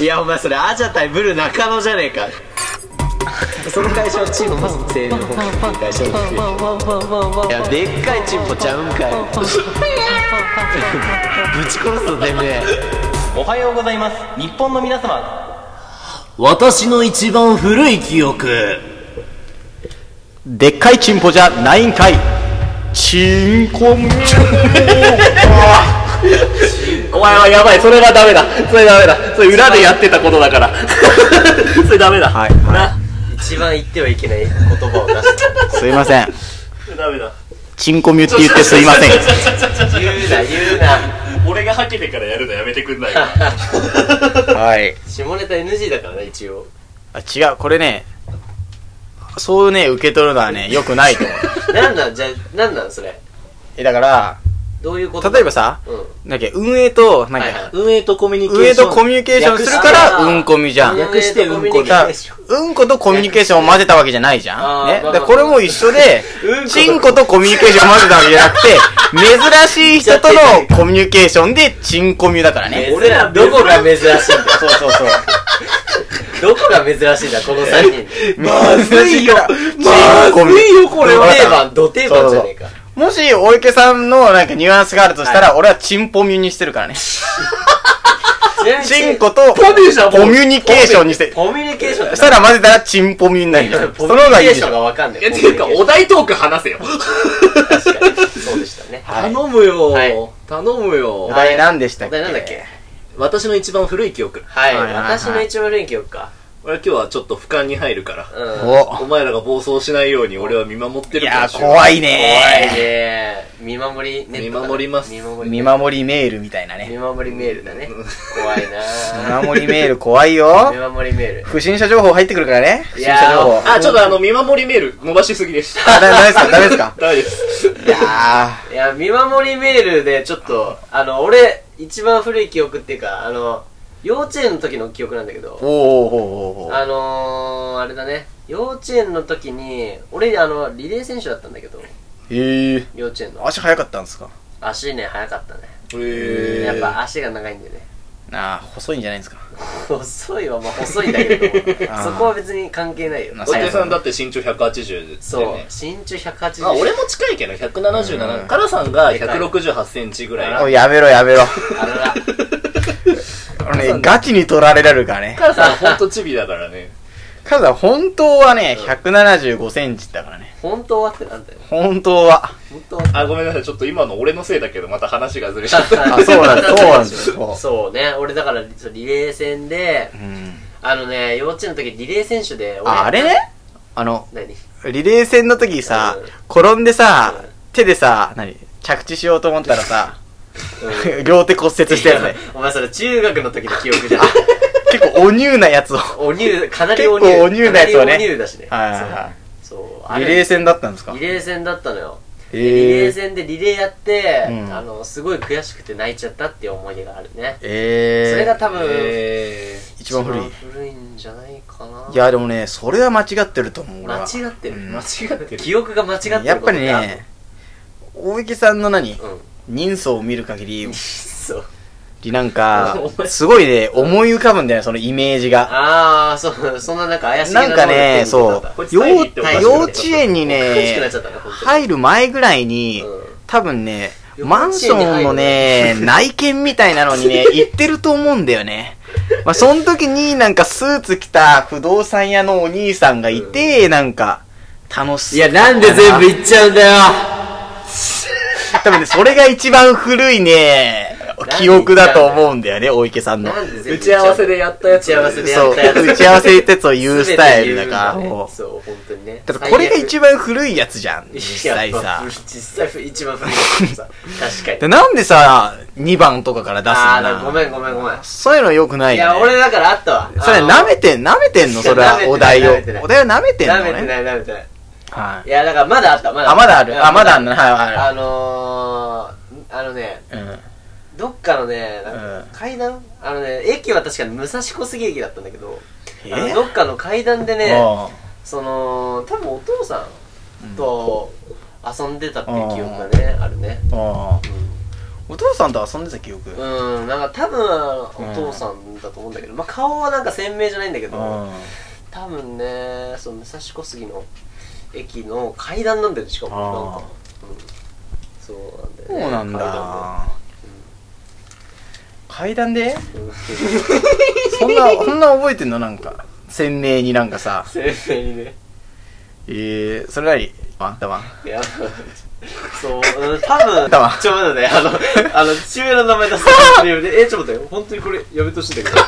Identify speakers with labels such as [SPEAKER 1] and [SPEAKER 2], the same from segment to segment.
[SPEAKER 1] いやお前それアジャ対ブル中野じゃねえかその会社はチンポ製の保険っていう会社なんですよいやでっかいチンポちゃうんかいぶち殺すぞてめえ
[SPEAKER 2] おはようございます日本の皆様
[SPEAKER 3] 私の一番古い記憶
[SPEAKER 4] でっかいチンポじゃないんかいチンコミお前はやばいそれがダメだそれダメだそれ裏でやってたことだから それダメだはい、
[SPEAKER 1] 一番言ってはいけない言葉を出して
[SPEAKER 4] すいません
[SPEAKER 2] ダメだ
[SPEAKER 4] チンコミュって言ってすいません
[SPEAKER 1] 言うな言うな
[SPEAKER 2] 俺がハケてからやるのやめてくんないか
[SPEAKER 4] はい
[SPEAKER 1] 下ネタ NG だからね一応
[SPEAKER 4] あ違うこれねそうね受け取るのはねよくないと思う
[SPEAKER 1] なんなんじゃあなんなんそれ
[SPEAKER 4] えだから
[SPEAKER 1] どういうこと
[SPEAKER 4] 例えばさ、
[SPEAKER 1] う
[SPEAKER 4] なんだっけ運営となんだっけ、
[SPEAKER 1] はいはい
[SPEAKER 3] 運営とコミュニケーション
[SPEAKER 4] 運営とコミュニケーションするから
[SPEAKER 1] 略して
[SPEAKER 4] うんこみじゃん
[SPEAKER 1] ん
[SPEAKER 3] 略してうんこ
[SPEAKER 4] だからうんことコミュニケーションを混ぜたわけじゃないじゃ
[SPEAKER 1] あー
[SPEAKER 4] ん。ね。
[SPEAKER 1] まあ
[SPEAKER 4] だからこれも一緒で
[SPEAKER 1] うんこ、と
[SPEAKER 4] チンコとコミュニケーションを混ぜたわけじゃなくて、 珍しい人とのコミュニケーションでチンコミュだからね。
[SPEAKER 1] 俺らどこが珍しいんだ
[SPEAKER 4] そうそうそう。
[SPEAKER 1] どこが珍しいんだこの3人
[SPEAKER 4] まずいよ。チンコミュ。
[SPEAKER 1] これは定番ド定番じゃねえか
[SPEAKER 4] もし、お池さんのなんかニュアンスがあるとしたら、俺はチンポミュにしてるからね。
[SPEAKER 1] ちなみに
[SPEAKER 4] チンコとコミュニケーションにして、
[SPEAKER 1] コミュニケーション
[SPEAKER 4] そしたら混ぜたらチンポミュになるじゃん。その方がいいでしょ。
[SPEAKER 1] がわかんない。
[SPEAKER 2] えっていうかお題トーク話せよ
[SPEAKER 1] 確かにそうでしたね。
[SPEAKER 4] はい
[SPEAKER 3] 頼むよ、
[SPEAKER 1] はい
[SPEAKER 3] 頼むよ
[SPEAKER 4] お題何でした
[SPEAKER 1] お
[SPEAKER 4] っけ
[SPEAKER 1] 題なんだっけ
[SPEAKER 3] 私の一番古い記憶
[SPEAKER 1] はい、
[SPEAKER 4] はいはいはい
[SPEAKER 1] 私の一番連休か。
[SPEAKER 3] 俺は今日はちょっと俯瞰に入るから、
[SPEAKER 1] うん。怖
[SPEAKER 4] お
[SPEAKER 3] お前らが暴走しないように俺は見守って
[SPEAKER 4] い
[SPEAKER 3] る
[SPEAKER 4] や
[SPEAKER 3] から
[SPEAKER 4] ー怖い
[SPEAKER 1] い
[SPEAKER 4] ね
[SPEAKER 1] ね見守りネットだ
[SPEAKER 3] 見守ります
[SPEAKER 1] 見守
[SPEAKER 4] ー
[SPEAKER 1] り。
[SPEAKER 4] 見守りメールみたいなね
[SPEAKER 1] 見守りメールだね。怖い な
[SPEAKER 4] 見守りメール怖いよ
[SPEAKER 1] 見守りメール。
[SPEAKER 4] 不審者情報入ってくるからね不
[SPEAKER 1] い
[SPEAKER 4] 審
[SPEAKER 1] や
[SPEAKER 4] 者
[SPEAKER 1] ー
[SPEAKER 4] 情報
[SPEAKER 3] あちょっとあの見守りメール伸ばしすぎです
[SPEAKER 4] あだダメです かダメですか
[SPEAKER 3] ダメです
[SPEAKER 4] いや
[SPEAKER 1] いや、見守りメールでちょっと、あの、俺、一番古い記憶っていうか、あの、幼稚園の時の記憶なんだけど
[SPEAKER 4] ー、おーおーおーおー
[SPEAKER 1] あのー、あれだね、幼稚園の時に、俺、あの、リレー選手だったんだけど、
[SPEAKER 4] へえ
[SPEAKER 1] 幼稚園の。
[SPEAKER 4] 足早かったんですか
[SPEAKER 1] 足ね、速かったね。
[SPEAKER 3] へ
[SPEAKER 1] やっぱ足が長いんでね。
[SPEAKER 4] ああ細いんじゃないですか
[SPEAKER 1] 細いはまあ細いんだ けど
[SPEAKER 4] あー
[SPEAKER 1] そこは別に関係ないよ
[SPEAKER 4] まあ
[SPEAKER 3] お
[SPEAKER 4] そう
[SPEAKER 3] 客さんだって身長180で
[SPEAKER 1] そう
[SPEAKER 3] ね
[SPEAKER 1] 身長180
[SPEAKER 3] まあ俺も近いけど177からさんが168センチぐらい
[SPEAKER 4] おいやめろやめろ
[SPEAKER 1] あらら
[SPEAKER 4] 俺ねガチに取られられるからね
[SPEAKER 3] カラさんほんとチビだからね
[SPEAKER 4] カズは本当はね175センチだからね
[SPEAKER 1] 本当はってなんだよ
[SPEAKER 4] 本当は
[SPEAKER 1] 本当は
[SPEAKER 3] あごめんなさいちょっと今の俺のせいだけどまた話が ずれちゃ った
[SPEAKER 4] あそうなんだ そうなんですよ
[SPEAKER 1] そうね俺だからそうリレー戦で
[SPEAKER 4] うん
[SPEAKER 1] あのね幼稚園の時リレー選手で俺
[SPEAKER 4] ああれねあの
[SPEAKER 1] 何
[SPEAKER 4] リレー戦の時さ、転んでさ、手でさ、何着地しようと思ったらさ、両手骨折したやつね。
[SPEAKER 1] お前それ中学の時の記憶じゃん
[SPEAKER 4] 結構お乳な やつを。は
[SPEAKER 1] おニューかなりおニュー
[SPEAKER 4] 結構おニューなやつを
[SPEAKER 1] か
[SPEAKER 4] ね
[SPEAKER 1] なりおニューだしね
[SPEAKER 4] いは
[SPEAKER 1] そう
[SPEAKER 4] い
[SPEAKER 1] あ
[SPEAKER 4] はい。
[SPEAKER 1] れ
[SPEAKER 4] リレー戦だったんですか
[SPEAKER 1] リレー戦だったのよ
[SPEAKER 4] え
[SPEAKER 1] でリレー
[SPEAKER 4] ー、
[SPEAKER 1] 戦でリレーやって、
[SPEAKER 4] うん
[SPEAKER 1] あのすごい悔しくて泣いちゃったっていう思い出があるね、
[SPEAKER 4] えー、
[SPEAKER 1] それが多分、
[SPEAKER 3] え
[SPEAKER 4] 一番古い。
[SPEAKER 1] 古いんじゃないかない
[SPEAKER 4] や、でもね、それは間違ってると思う、俺
[SPEAKER 1] 間
[SPEAKER 4] は。
[SPEAKER 1] 違ってる、
[SPEAKER 4] うん
[SPEAKER 3] ー間違ってる
[SPEAKER 1] 記憶が間違ってること
[SPEAKER 4] やっぱり
[SPEAKER 1] が
[SPEAKER 4] ね、大池さんの何
[SPEAKER 1] うん
[SPEAKER 4] 人相を見る限り、
[SPEAKER 1] そう
[SPEAKER 4] なんか
[SPEAKER 1] お、前
[SPEAKER 4] すごいね、思い浮かぶんだよね、そのイメージが。
[SPEAKER 1] ああそうそんななんか怪しい
[SPEAKER 4] なんかね、そう
[SPEAKER 3] こい、つ
[SPEAKER 4] 幼
[SPEAKER 3] 会議行っても
[SPEAKER 1] おかしくない
[SPEAKER 4] 幼稚園に
[SPEAKER 1] 悲しくなっ
[SPEAKER 4] ね
[SPEAKER 1] ちゃ、ったね本当に
[SPEAKER 4] 入る前ぐらいに、
[SPEAKER 1] うん
[SPEAKER 4] 多分ね、
[SPEAKER 1] 幼
[SPEAKER 4] マ
[SPEAKER 1] 稚園に入る
[SPEAKER 4] ンションの ね、内見みたいなのにね、行ってると思うんだよね。まあ、その時になんかスーツ着た不動産屋のお兄さんがいて、なんか、楽しそう。
[SPEAKER 1] いやなんで全部言っちゃうんだよ
[SPEAKER 4] 多分ね、それが一番古いね、記憶だと思うんだよね、大池さんの。
[SPEAKER 1] なんで全部言っ
[SPEAKER 3] 打
[SPEAKER 1] ち
[SPEAKER 3] ち合
[SPEAKER 1] ゃう
[SPEAKER 3] わせでやったや
[SPEAKER 1] 打
[SPEAKER 3] つ
[SPEAKER 1] ち合わせでや
[SPEAKER 4] そ
[SPEAKER 1] っ
[SPEAKER 4] う、
[SPEAKER 1] たやつ
[SPEAKER 4] 打ち合わせってやつを言うスタイルだから。
[SPEAKER 1] 全て言うん
[SPEAKER 4] も
[SPEAKER 1] ね
[SPEAKER 4] う
[SPEAKER 1] そう本当にね
[SPEAKER 4] だってこれが一
[SPEAKER 1] 番
[SPEAKER 4] 番古いやつじゃん、実際さ。
[SPEAKER 1] 実際一番古いやつさ確かに
[SPEAKER 4] でなんでさ、2番とかから出すん
[SPEAKER 1] ああ
[SPEAKER 4] だ
[SPEAKER 1] ーごめんごめんごめん
[SPEAKER 4] そういうの良くない
[SPEAKER 1] い
[SPEAKER 4] よ、ね。
[SPEAKER 1] や、俺だからあったわ。
[SPEAKER 4] それ舐めてん、舐めてんの
[SPEAKER 1] いや
[SPEAKER 4] それは、お題
[SPEAKER 1] 舐めてない
[SPEAKER 4] を。お題を舐めてんの
[SPEAKER 1] 舐めて
[SPEAKER 4] ね。
[SPEAKER 1] ない、舐めてない。
[SPEAKER 4] はい
[SPEAKER 1] い。や、だからまだあった、まだ
[SPEAKER 4] あ、まだある。あ、まだある。
[SPEAKER 1] な
[SPEAKER 4] はい、はいは
[SPEAKER 1] あのー、あのね、
[SPEAKER 4] い。うん。
[SPEAKER 1] どっかのね、なんか階段あのね、駅は確かに武蔵小杉駅だったんだけど、あの
[SPEAKER 4] え
[SPEAKER 1] どっかの階段でね、
[SPEAKER 4] おう
[SPEAKER 1] その、多分お父さんと遊んでたっていう記憶がね、あるね。
[SPEAKER 4] おうお父さんと遊んでた記憶。うん。
[SPEAKER 1] うんなんか多分お父さんだと思うんだけど、まあ顔はなんか鮮明じゃないんだけど、多分ねその武蔵小杉の駅の階段なんだよねしかもなん
[SPEAKER 4] あ
[SPEAKER 1] か、うん、そうなんだよ
[SPEAKER 4] そ
[SPEAKER 1] ね
[SPEAKER 4] うなんだ。階段
[SPEAKER 1] 階
[SPEAKER 4] で
[SPEAKER 1] 段で
[SPEAKER 4] そんな、そんな覚えてんのなんか。鮮明になんかさ。
[SPEAKER 1] うん 鮮明にね
[SPEAKER 4] えー、それなり。あんたは。
[SPEAKER 1] いやそううん多分
[SPEAKER 4] だわ
[SPEAKER 1] ちょっと待ってねあの あの父親の名前出すのやめてえちょっと待って本当にこれやめてほしいんだけど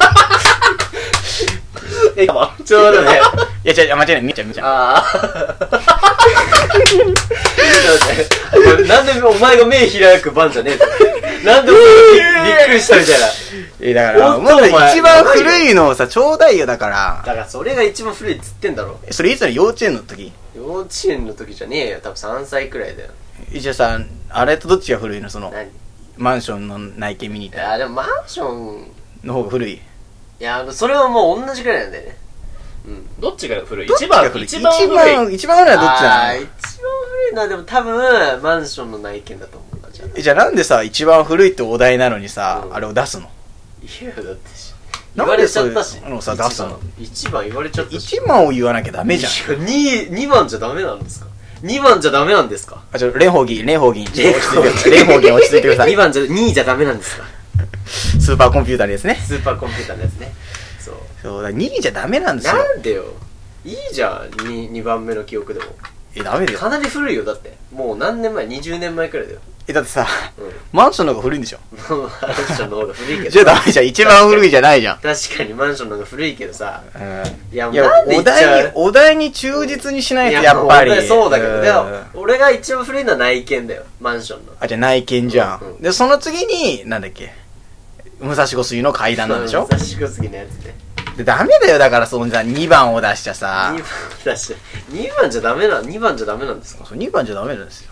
[SPEAKER 1] えちょっと待ってね
[SPEAKER 4] いや、違う違う、間違いない。みーちゃん、みーちゃん。
[SPEAKER 1] ああ。ちょっと待ってなんでお前が目開く番じゃねえぞ。なんでお前がびびっくりしたみたいな。
[SPEAKER 4] えー、だから、
[SPEAKER 1] おっと
[SPEAKER 4] もっと
[SPEAKER 1] お前
[SPEAKER 4] 一番古いのをさ、ちょうだいよ、だから。
[SPEAKER 1] だからそれが一番古いっつってんだろ。
[SPEAKER 4] それいつの幼稚園の時
[SPEAKER 1] 幼稚園の時じゃねえよ。多分3歳くらいだよ。
[SPEAKER 4] 一応さ、あれとどっちが古いのその、
[SPEAKER 1] 何い
[SPEAKER 4] マンションの内見見に行った
[SPEAKER 1] や、でもマンション、い
[SPEAKER 4] の方が古い。
[SPEAKER 1] や、あのそれはもう同じくらいなんだよね。うん。
[SPEAKER 3] どっちが古い
[SPEAKER 4] どっち
[SPEAKER 3] 一
[SPEAKER 4] が
[SPEAKER 3] 番
[SPEAKER 4] 古い
[SPEAKER 3] 一番古い。
[SPEAKER 4] 一番、一番古いのはどっち
[SPEAKER 1] あ
[SPEAKER 4] な
[SPEAKER 1] ー
[SPEAKER 4] の
[SPEAKER 1] 一番古いのはでも多分、マンションの内見だと思うな、じゃあ。
[SPEAKER 4] えじゃあなんでさ、一番古いってお題なのにさ、
[SPEAKER 1] うん
[SPEAKER 4] あれを出すの
[SPEAKER 1] いや、だってし。
[SPEAKER 4] な
[SPEAKER 1] 言
[SPEAKER 4] ん
[SPEAKER 1] わ
[SPEAKER 4] で
[SPEAKER 1] れち
[SPEAKER 4] そ
[SPEAKER 1] ゃ
[SPEAKER 4] うい
[SPEAKER 1] っ
[SPEAKER 4] う
[SPEAKER 1] たし。
[SPEAKER 4] のをさ
[SPEAKER 1] 一番
[SPEAKER 4] 出すの
[SPEAKER 1] 一番言われちゃったし。
[SPEAKER 4] 一番を言わなきゃダメじゃん。
[SPEAKER 1] 2, 2番じゃダメなんですか ?2 番じゃダメなんですか
[SPEAKER 4] あ、ちょ、蓮舫議員、蓮舫議員、ちょっと落ち着いてください。
[SPEAKER 1] 蓮
[SPEAKER 4] 蓮舫議員落ち着いてくださ
[SPEAKER 1] ?2
[SPEAKER 4] い。
[SPEAKER 1] 番じゃ、2じゃダメなんですか
[SPEAKER 4] スーパーコンピューターですね。
[SPEAKER 1] スーパーコンピューターのやつね。そう。
[SPEAKER 4] そうだ、2位じゃダメなんですよ。
[SPEAKER 1] なんでよ。いいじゃん、2, 2番目の記憶でも。
[SPEAKER 4] え、ダメだよ。
[SPEAKER 1] かなり古いよ、だって。もう何年前 ?20 年前くらいだよ。
[SPEAKER 4] え、だってさ、
[SPEAKER 1] うん。
[SPEAKER 4] マンションの方が古いんでしょ
[SPEAKER 1] マンションの方が古いけど。
[SPEAKER 4] じゃあダメじゃん。一番古いじゃないじゃん。
[SPEAKER 1] 確かにマンションの方が古いけどさ。
[SPEAKER 4] うん
[SPEAKER 1] いや、もう
[SPEAKER 4] いや
[SPEAKER 1] なん、で言
[SPEAKER 4] お
[SPEAKER 1] っちゃ
[SPEAKER 4] 題に
[SPEAKER 1] う、
[SPEAKER 4] お題に忠実にしない
[SPEAKER 1] い
[SPEAKER 4] と
[SPEAKER 1] や
[SPEAKER 4] やっぱり。
[SPEAKER 1] もうそうだけど、
[SPEAKER 4] ん
[SPEAKER 1] でも、俺が一番古いのは内見だよ、マンションの。
[SPEAKER 4] あ、じゃあ内見じゃ
[SPEAKER 1] うん
[SPEAKER 4] ん。
[SPEAKER 1] うん
[SPEAKER 4] で、その次に、なんだっけ。武蔵小杉の階段なんでしょ
[SPEAKER 1] 雑誌小杉のやつね。
[SPEAKER 4] で、ダメだよ。だから、そのさ、2番を出しちゃさ
[SPEAKER 1] 2。番だし2番じゃダメな2番じゃダメなんですか
[SPEAKER 4] そう2番じゃダメなんですよ。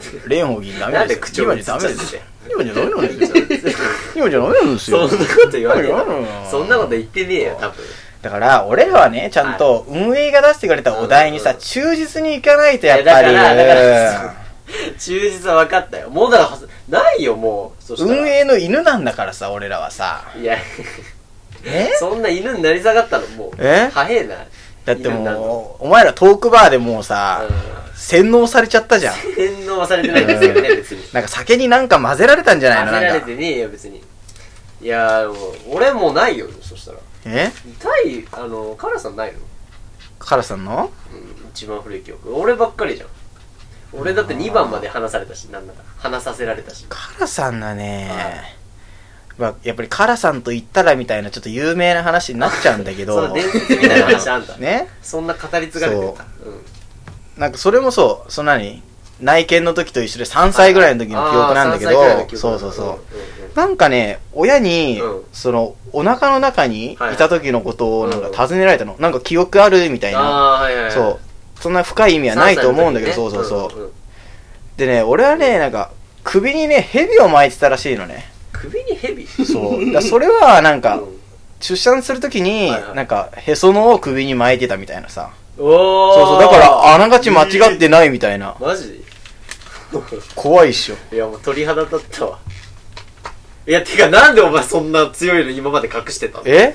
[SPEAKER 4] 蓮舫議員ダメ
[SPEAKER 1] なん
[SPEAKER 4] で
[SPEAKER 1] です口
[SPEAKER 4] よ。2
[SPEAKER 1] 調
[SPEAKER 4] 番
[SPEAKER 1] に
[SPEAKER 4] じゃダメですよ。2番じゃダメなんですよ。
[SPEAKER 1] そ
[SPEAKER 4] 2番じゃダメなんですよ
[SPEAKER 1] んな。こと言わねえ
[SPEAKER 4] いやいやい
[SPEAKER 1] よ
[SPEAKER 4] や
[SPEAKER 1] そんなこと言ってねえよ多分
[SPEAKER 4] だから、俺らはね、ちゃんと運営が出してくれたお題にさ、
[SPEAKER 1] うん
[SPEAKER 4] 忠実にいかないとやっぱり。
[SPEAKER 1] いやだからだから忠実は分かったよもうだからないよもうそしたら
[SPEAKER 4] 運営の犬なんだからさ、俺らはさ。
[SPEAKER 1] いや
[SPEAKER 4] え
[SPEAKER 1] そんな犬になり下がったのもう
[SPEAKER 4] え
[SPEAKER 1] 早えな
[SPEAKER 4] だって
[SPEAKER 1] 犬になるの
[SPEAKER 4] もう、お前らトークバーでもうさ、
[SPEAKER 1] う
[SPEAKER 4] 洗脳されちゃったじゃん。
[SPEAKER 1] ん返納はされてないですよね別に
[SPEAKER 4] なんか酒になんか混ぜられたんじゃないの
[SPEAKER 1] 焦ら
[SPEAKER 4] な
[SPEAKER 1] れ
[SPEAKER 4] んか。
[SPEAKER 1] てねえよ別にいやもう俺もうないよそしたら
[SPEAKER 4] え
[SPEAKER 1] 痛いあのカラさんないの
[SPEAKER 4] カラさんの
[SPEAKER 1] うん一番古い記憶俺ばっかりじゃん俺だって2番まで話されたしなんだか話させられたし
[SPEAKER 4] カラさんだね
[SPEAKER 1] は、
[SPEAKER 4] まあ、やっぱりカラさんと言ったらみたいなちょっと有名な話になっちゃうんだけ
[SPEAKER 1] そ
[SPEAKER 4] ど
[SPEAKER 1] の伝説みたいな話あんだ
[SPEAKER 4] ね
[SPEAKER 1] そんな語り継がれてた
[SPEAKER 4] なんかそれもそうそんなに内見の時と一緒で3歳ぐらいの時の記憶なんだけど、そうそうそう、なんかね親に、
[SPEAKER 1] うん
[SPEAKER 4] そのお腹の中にい
[SPEAKER 1] はい
[SPEAKER 4] た時のことを
[SPEAKER 1] うん
[SPEAKER 4] なんか尋ねられたの、なんか記憶あるみたいな、
[SPEAKER 1] ああーはいはいはい
[SPEAKER 4] そうそんな深い意味はないと思うんだけど、そうそうそう、でね俺はねなんか首にね蛇を巻いてたらしいのね
[SPEAKER 1] 首に蛇う
[SPEAKER 4] そう。だからそれは、なんか、
[SPEAKER 1] ん
[SPEAKER 4] 出産するときに
[SPEAKER 1] はいは、い
[SPEAKER 4] なんか、へその緒を首に巻いてたみたいなさ。
[SPEAKER 1] おお
[SPEAKER 4] そうそう。だから、あながち間違ってないみたいな。
[SPEAKER 1] マジ
[SPEAKER 4] 怖いっしょ。
[SPEAKER 1] いやもう鳥肌立ったわいやてかなんでお前そんな強いの今まで隠してたの
[SPEAKER 4] え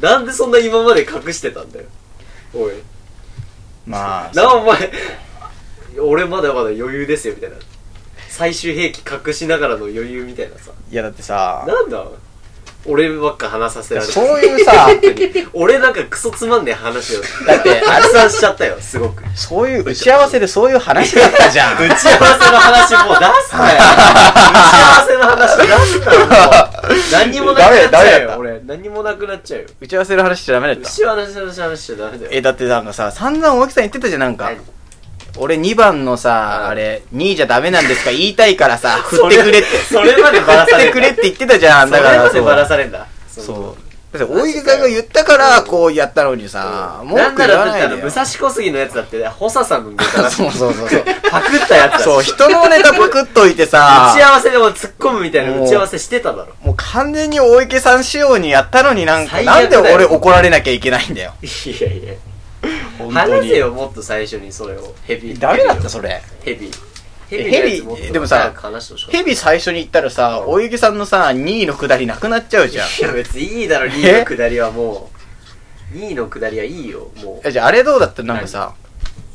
[SPEAKER 1] なんでそんな今まで隠してたんだよおい
[SPEAKER 4] まあ、
[SPEAKER 1] なお前俺まだまだ余裕ですよみたいな最終兵器隠しながらの余裕みたいなさ
[SPEAKER 4] いやだってさ、
[SPEAKER 1] なんだ俺ばっか話させられて
[SPEAKER 4] そういうさ、
[SPEAKER 1] 俺なんかクソつまんねえ話を
[SPEAKER 4] だって
[SPEAKER 1] 発散しちゃったよすごく打
[SPEAKER 4] そういう打ち合わせでそういう話だったじゃん。
[SPEAKER 1] ち合わせの話もう出すなよ打ち合わせの話出すなよもう何にもなくなっち
[SPEAKER 4] ダメ
[SPEAKER 1] ゃ
[SPEAKER 4] だ
[SPEAKER 1] う
[SPEAKER 4] ダメだ
[SPEAKER 1] よ俺何にもなくなっちゃうよ
[SPEAKER 4] 打ち合わせの話じゃダメだった。
[SPEAKER 1] 牛話の話話しちゃダメだよ
[SPEAKER 4] え、だってなんかさ、散々大木さん言ってたじゃん、なんか
[SPEAKER 1] 何。
[SPEAKER 4] 俺2番のさ、
[SPEAKER 1] うん
[SPEAKER 4] あれ、2位じゃダメなんですか言いたいからさ、 振ってくれって。
[SPEAKER 1] それまでばら
[SPEAKER 4] 振
[SPEAKER 1] さ
[SPEAKER 4] っ
[SPEAKER 1] れ
[SPEAKER 4] て
[SPEAKER 1] る
[SPEAKER 4] くれって言ってたじゃん、
[SPEAKER 1] それ
[SPEAKER 4] だから。
[SPEAKER 1] までば
[SPEAKER 4] そう
[SPEAKER 1] らされんだ
[SPEAKER 4] そう。だって、大池さんが言ったから、こうやったのにさ、文
[SPEAKER 1] なん
[SPEAKER 4] 句
[SPEAKER 1] な
[SPEAKER 4] 言
[SPEAKER 1] ら
[SPEAKER 4] わ
[SPEAKER 1] だっ
[SPEAKER 4] な
[SPEAKER 1] てあ
[SPEAKER 4] い
[SPEAKER 1] の
[SPEAKER 4] でよ
[SPEAKER 1] 武。蔵小杉のやつだって補佐さんのネタだ
[SPEAKER 4] そうそうそうそう。
[SPEAKER 1] パクったやつだ
[SPEAKER 4] そう、
[SPEAKER 1] 打ち
[SPEAKER 4] 人のネタパクっといてさ、
[SPEAKER 1] 合わせでも突っ込むみたいな打ち合わせしてただろ
[SPEAKER 4] もう完全に大池さん仕様にやったのになんか、
[SPEAKER 1] 最
[SPEAKER 4] なん
[SPEAKER 1] 悪
[SPEAKER 4] で
[SPEAKER 1] だよ
[SPEAKER 4] 俺怒られなきゃいけないんだよ。
[SPEAKER 1] いやいや
[SPEAKER 4] 本当に
[SPEAKER 1] 話せ。よもっと最初にそれをヘビ
[SPEAKER 4] ダメだった、それ。
[SPEAKER 1] ヘビヘビのやつ持っ
[SPEAKER 4] ヘ
[SPEAKER 1] て
[SPEAKER 4] ビでもさ
[SPEAKER 1] 早く話してほしかった
[SPEAKER 4] ヘビ最初に行ったらさ、大雪さんのさ、2位の下りなくなっちゃうじゃん。
[SPEAKER 1] いや別にいいだろ2位の下りはもう2位の下りはいいよも
[SPEAKER 4] えじゃああれどうだったなんかさ、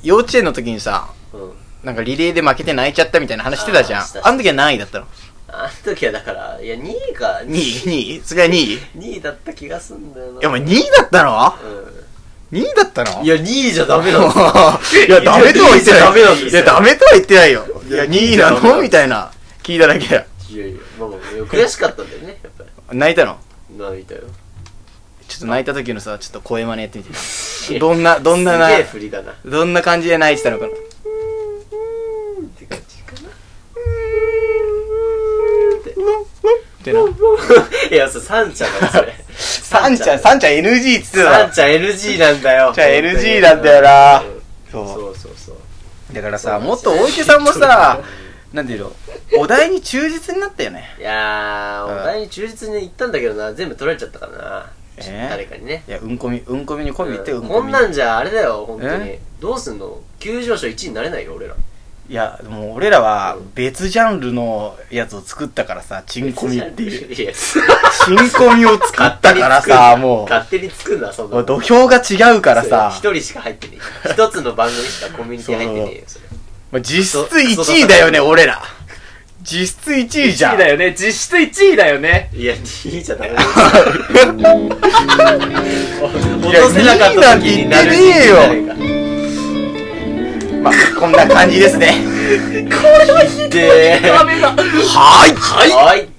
[SPEAKER 4] 幼稚園の時にさ、
[SPEAKER 1] う、うん、
[SPEAKER 4] なんかリレーで負けて泣いちゃったみたいな話してたじゃん。
[SPEAKER 1] あ
[SPEAKER 4] あ
[SPEAKER 1] ーしたした
[SPEAKER 4] の時は何位だったの
[SPEAKER 1] あの時はだからいや2位か
[SPEAKER 4] ?2 位 ?2 位そりゃ2位い
[SPEAKER 1] 2位だった気がすんだよな
[SPEAKER 4] や、お前2位だったの
[SPEAKER 1] う
[SPEAKER 4] ?2 位だったの
[SPEAKER 1] んいや2位じゃダメなの
[SPEAKER 4] いや、ダメとは言ってない。
[SPEAKER 1] ダメなんですよ
[SPEAKER 4] いや、ダメとは言ってないよ。いや、2位な
[SPEAKER 1] ダメなん
[SPEAKER 4] の
[SPEAKER 1] です
[SPEAKER 4] みたいな。聞いただけだよ。
[SPEAKER 1] いやいやまあまあ悔しかったんだよねやっぱ
[SPEAKER 4] 泣いたの
[SPEAKER 1] り泣いたよ
[SPEAKER 4] ちょっと泣いた時のさ、ちょっと声真似やってみて。 どんな、どんなな
[SPEAKER 1] すげえ、振りだな
[SPEAKER 4] どんな感じで泣いてたのかな。
[SPEAKER 1] って感じかな
[SPEAKER 4] ってな。
[SPEAKER 1] いや、そう、サンちゃんだよ、それ。
[SPEAKER 4] サ
[SPEAKER 1] サ
[SPEAKER 4] ンちゃん、サンちゃん NG っつってた
[SPEAKER 1] サン
[SPEAKER 4] だ
[SPEAKER 1] ちゃん NG なんだよ。
[SPEAKER 4] ちゃん NG なんだよな
[SPEAKER 1] うん
[SPEAKER 4] そ
[SPEAKER 1] そうそうそう。
[SPEAKER 4] う。だからさ、もっと大池さんもさ、なんていうの、お題に忠実になったよね。
[SPEAKER 1] いや
[SPEAKER 4] うん
[SPEAKER 1] ー、お題に忠実に言ったんだけどな、全部取られちゃったからな。
[SPEAKER 4] え
[SPEAKER 1] ちょっ
[SPEAKER 4] ー
[SPEAKER 1] と誰かにね。
[SPEAKER 4] いや、うんこみ、うんこみに媚び言って、
[SPEAKER 1] う
[SPEAKER 4] うんん
[SPEAKER 1] こ
[SPEAKER 4] こ
[SPEAKER 1] ん
[SPEAKER 4] み。
[SPEAKER 1] なんじゃあれだよ、本当に
[SPEAKER 4] え。
[SPEAKER 1] どうすんの急上昇1位になれないよ、俺ら。
[SPEAKER 4] いや、もう俺らは別ジャンルのやつを作ったからさ、チンコミっていう。
[SPEAKER 1] いや、
[SPEAKER 4] チンコミを作ったから さ、も
[SPEAKER 1] 勝手に作んな、そん
[SPEAKER 4] う、
[SPEAKER 1] な
[SPEAKER 4] もう
[SPEAKER 1] の。
[SPEAKER 4] 土俵が違うからさ
[SPEAKER 1] そ、れ一人しか入ってねえよ。一つの番組しかコミュニティ入ってねえよ、それ。
[SPEAKER 4] まあ実質1位だよね、
[SPEAKER 1] そう
[SPEAKER 4] 俺ら。実質1位じゃ
[SPEAKER 2] 1
[SPEAKER 4] ん
[SPEAKER 2] 位。だよね。実質1位だよね。
[SPEAKER 1] いや、2位じゃダメだよ。落とせなかった時になる
[SPEAKER 4] いや
[SPEAKER 1] なる
[SPEAKER 4] 二位まあ、こんな感じですね。
[SPEAKER 1] で、
[SPEAKER 2] ダメだ。
[SPEAKER 4] はーい。
[SPEAKER 1] はい。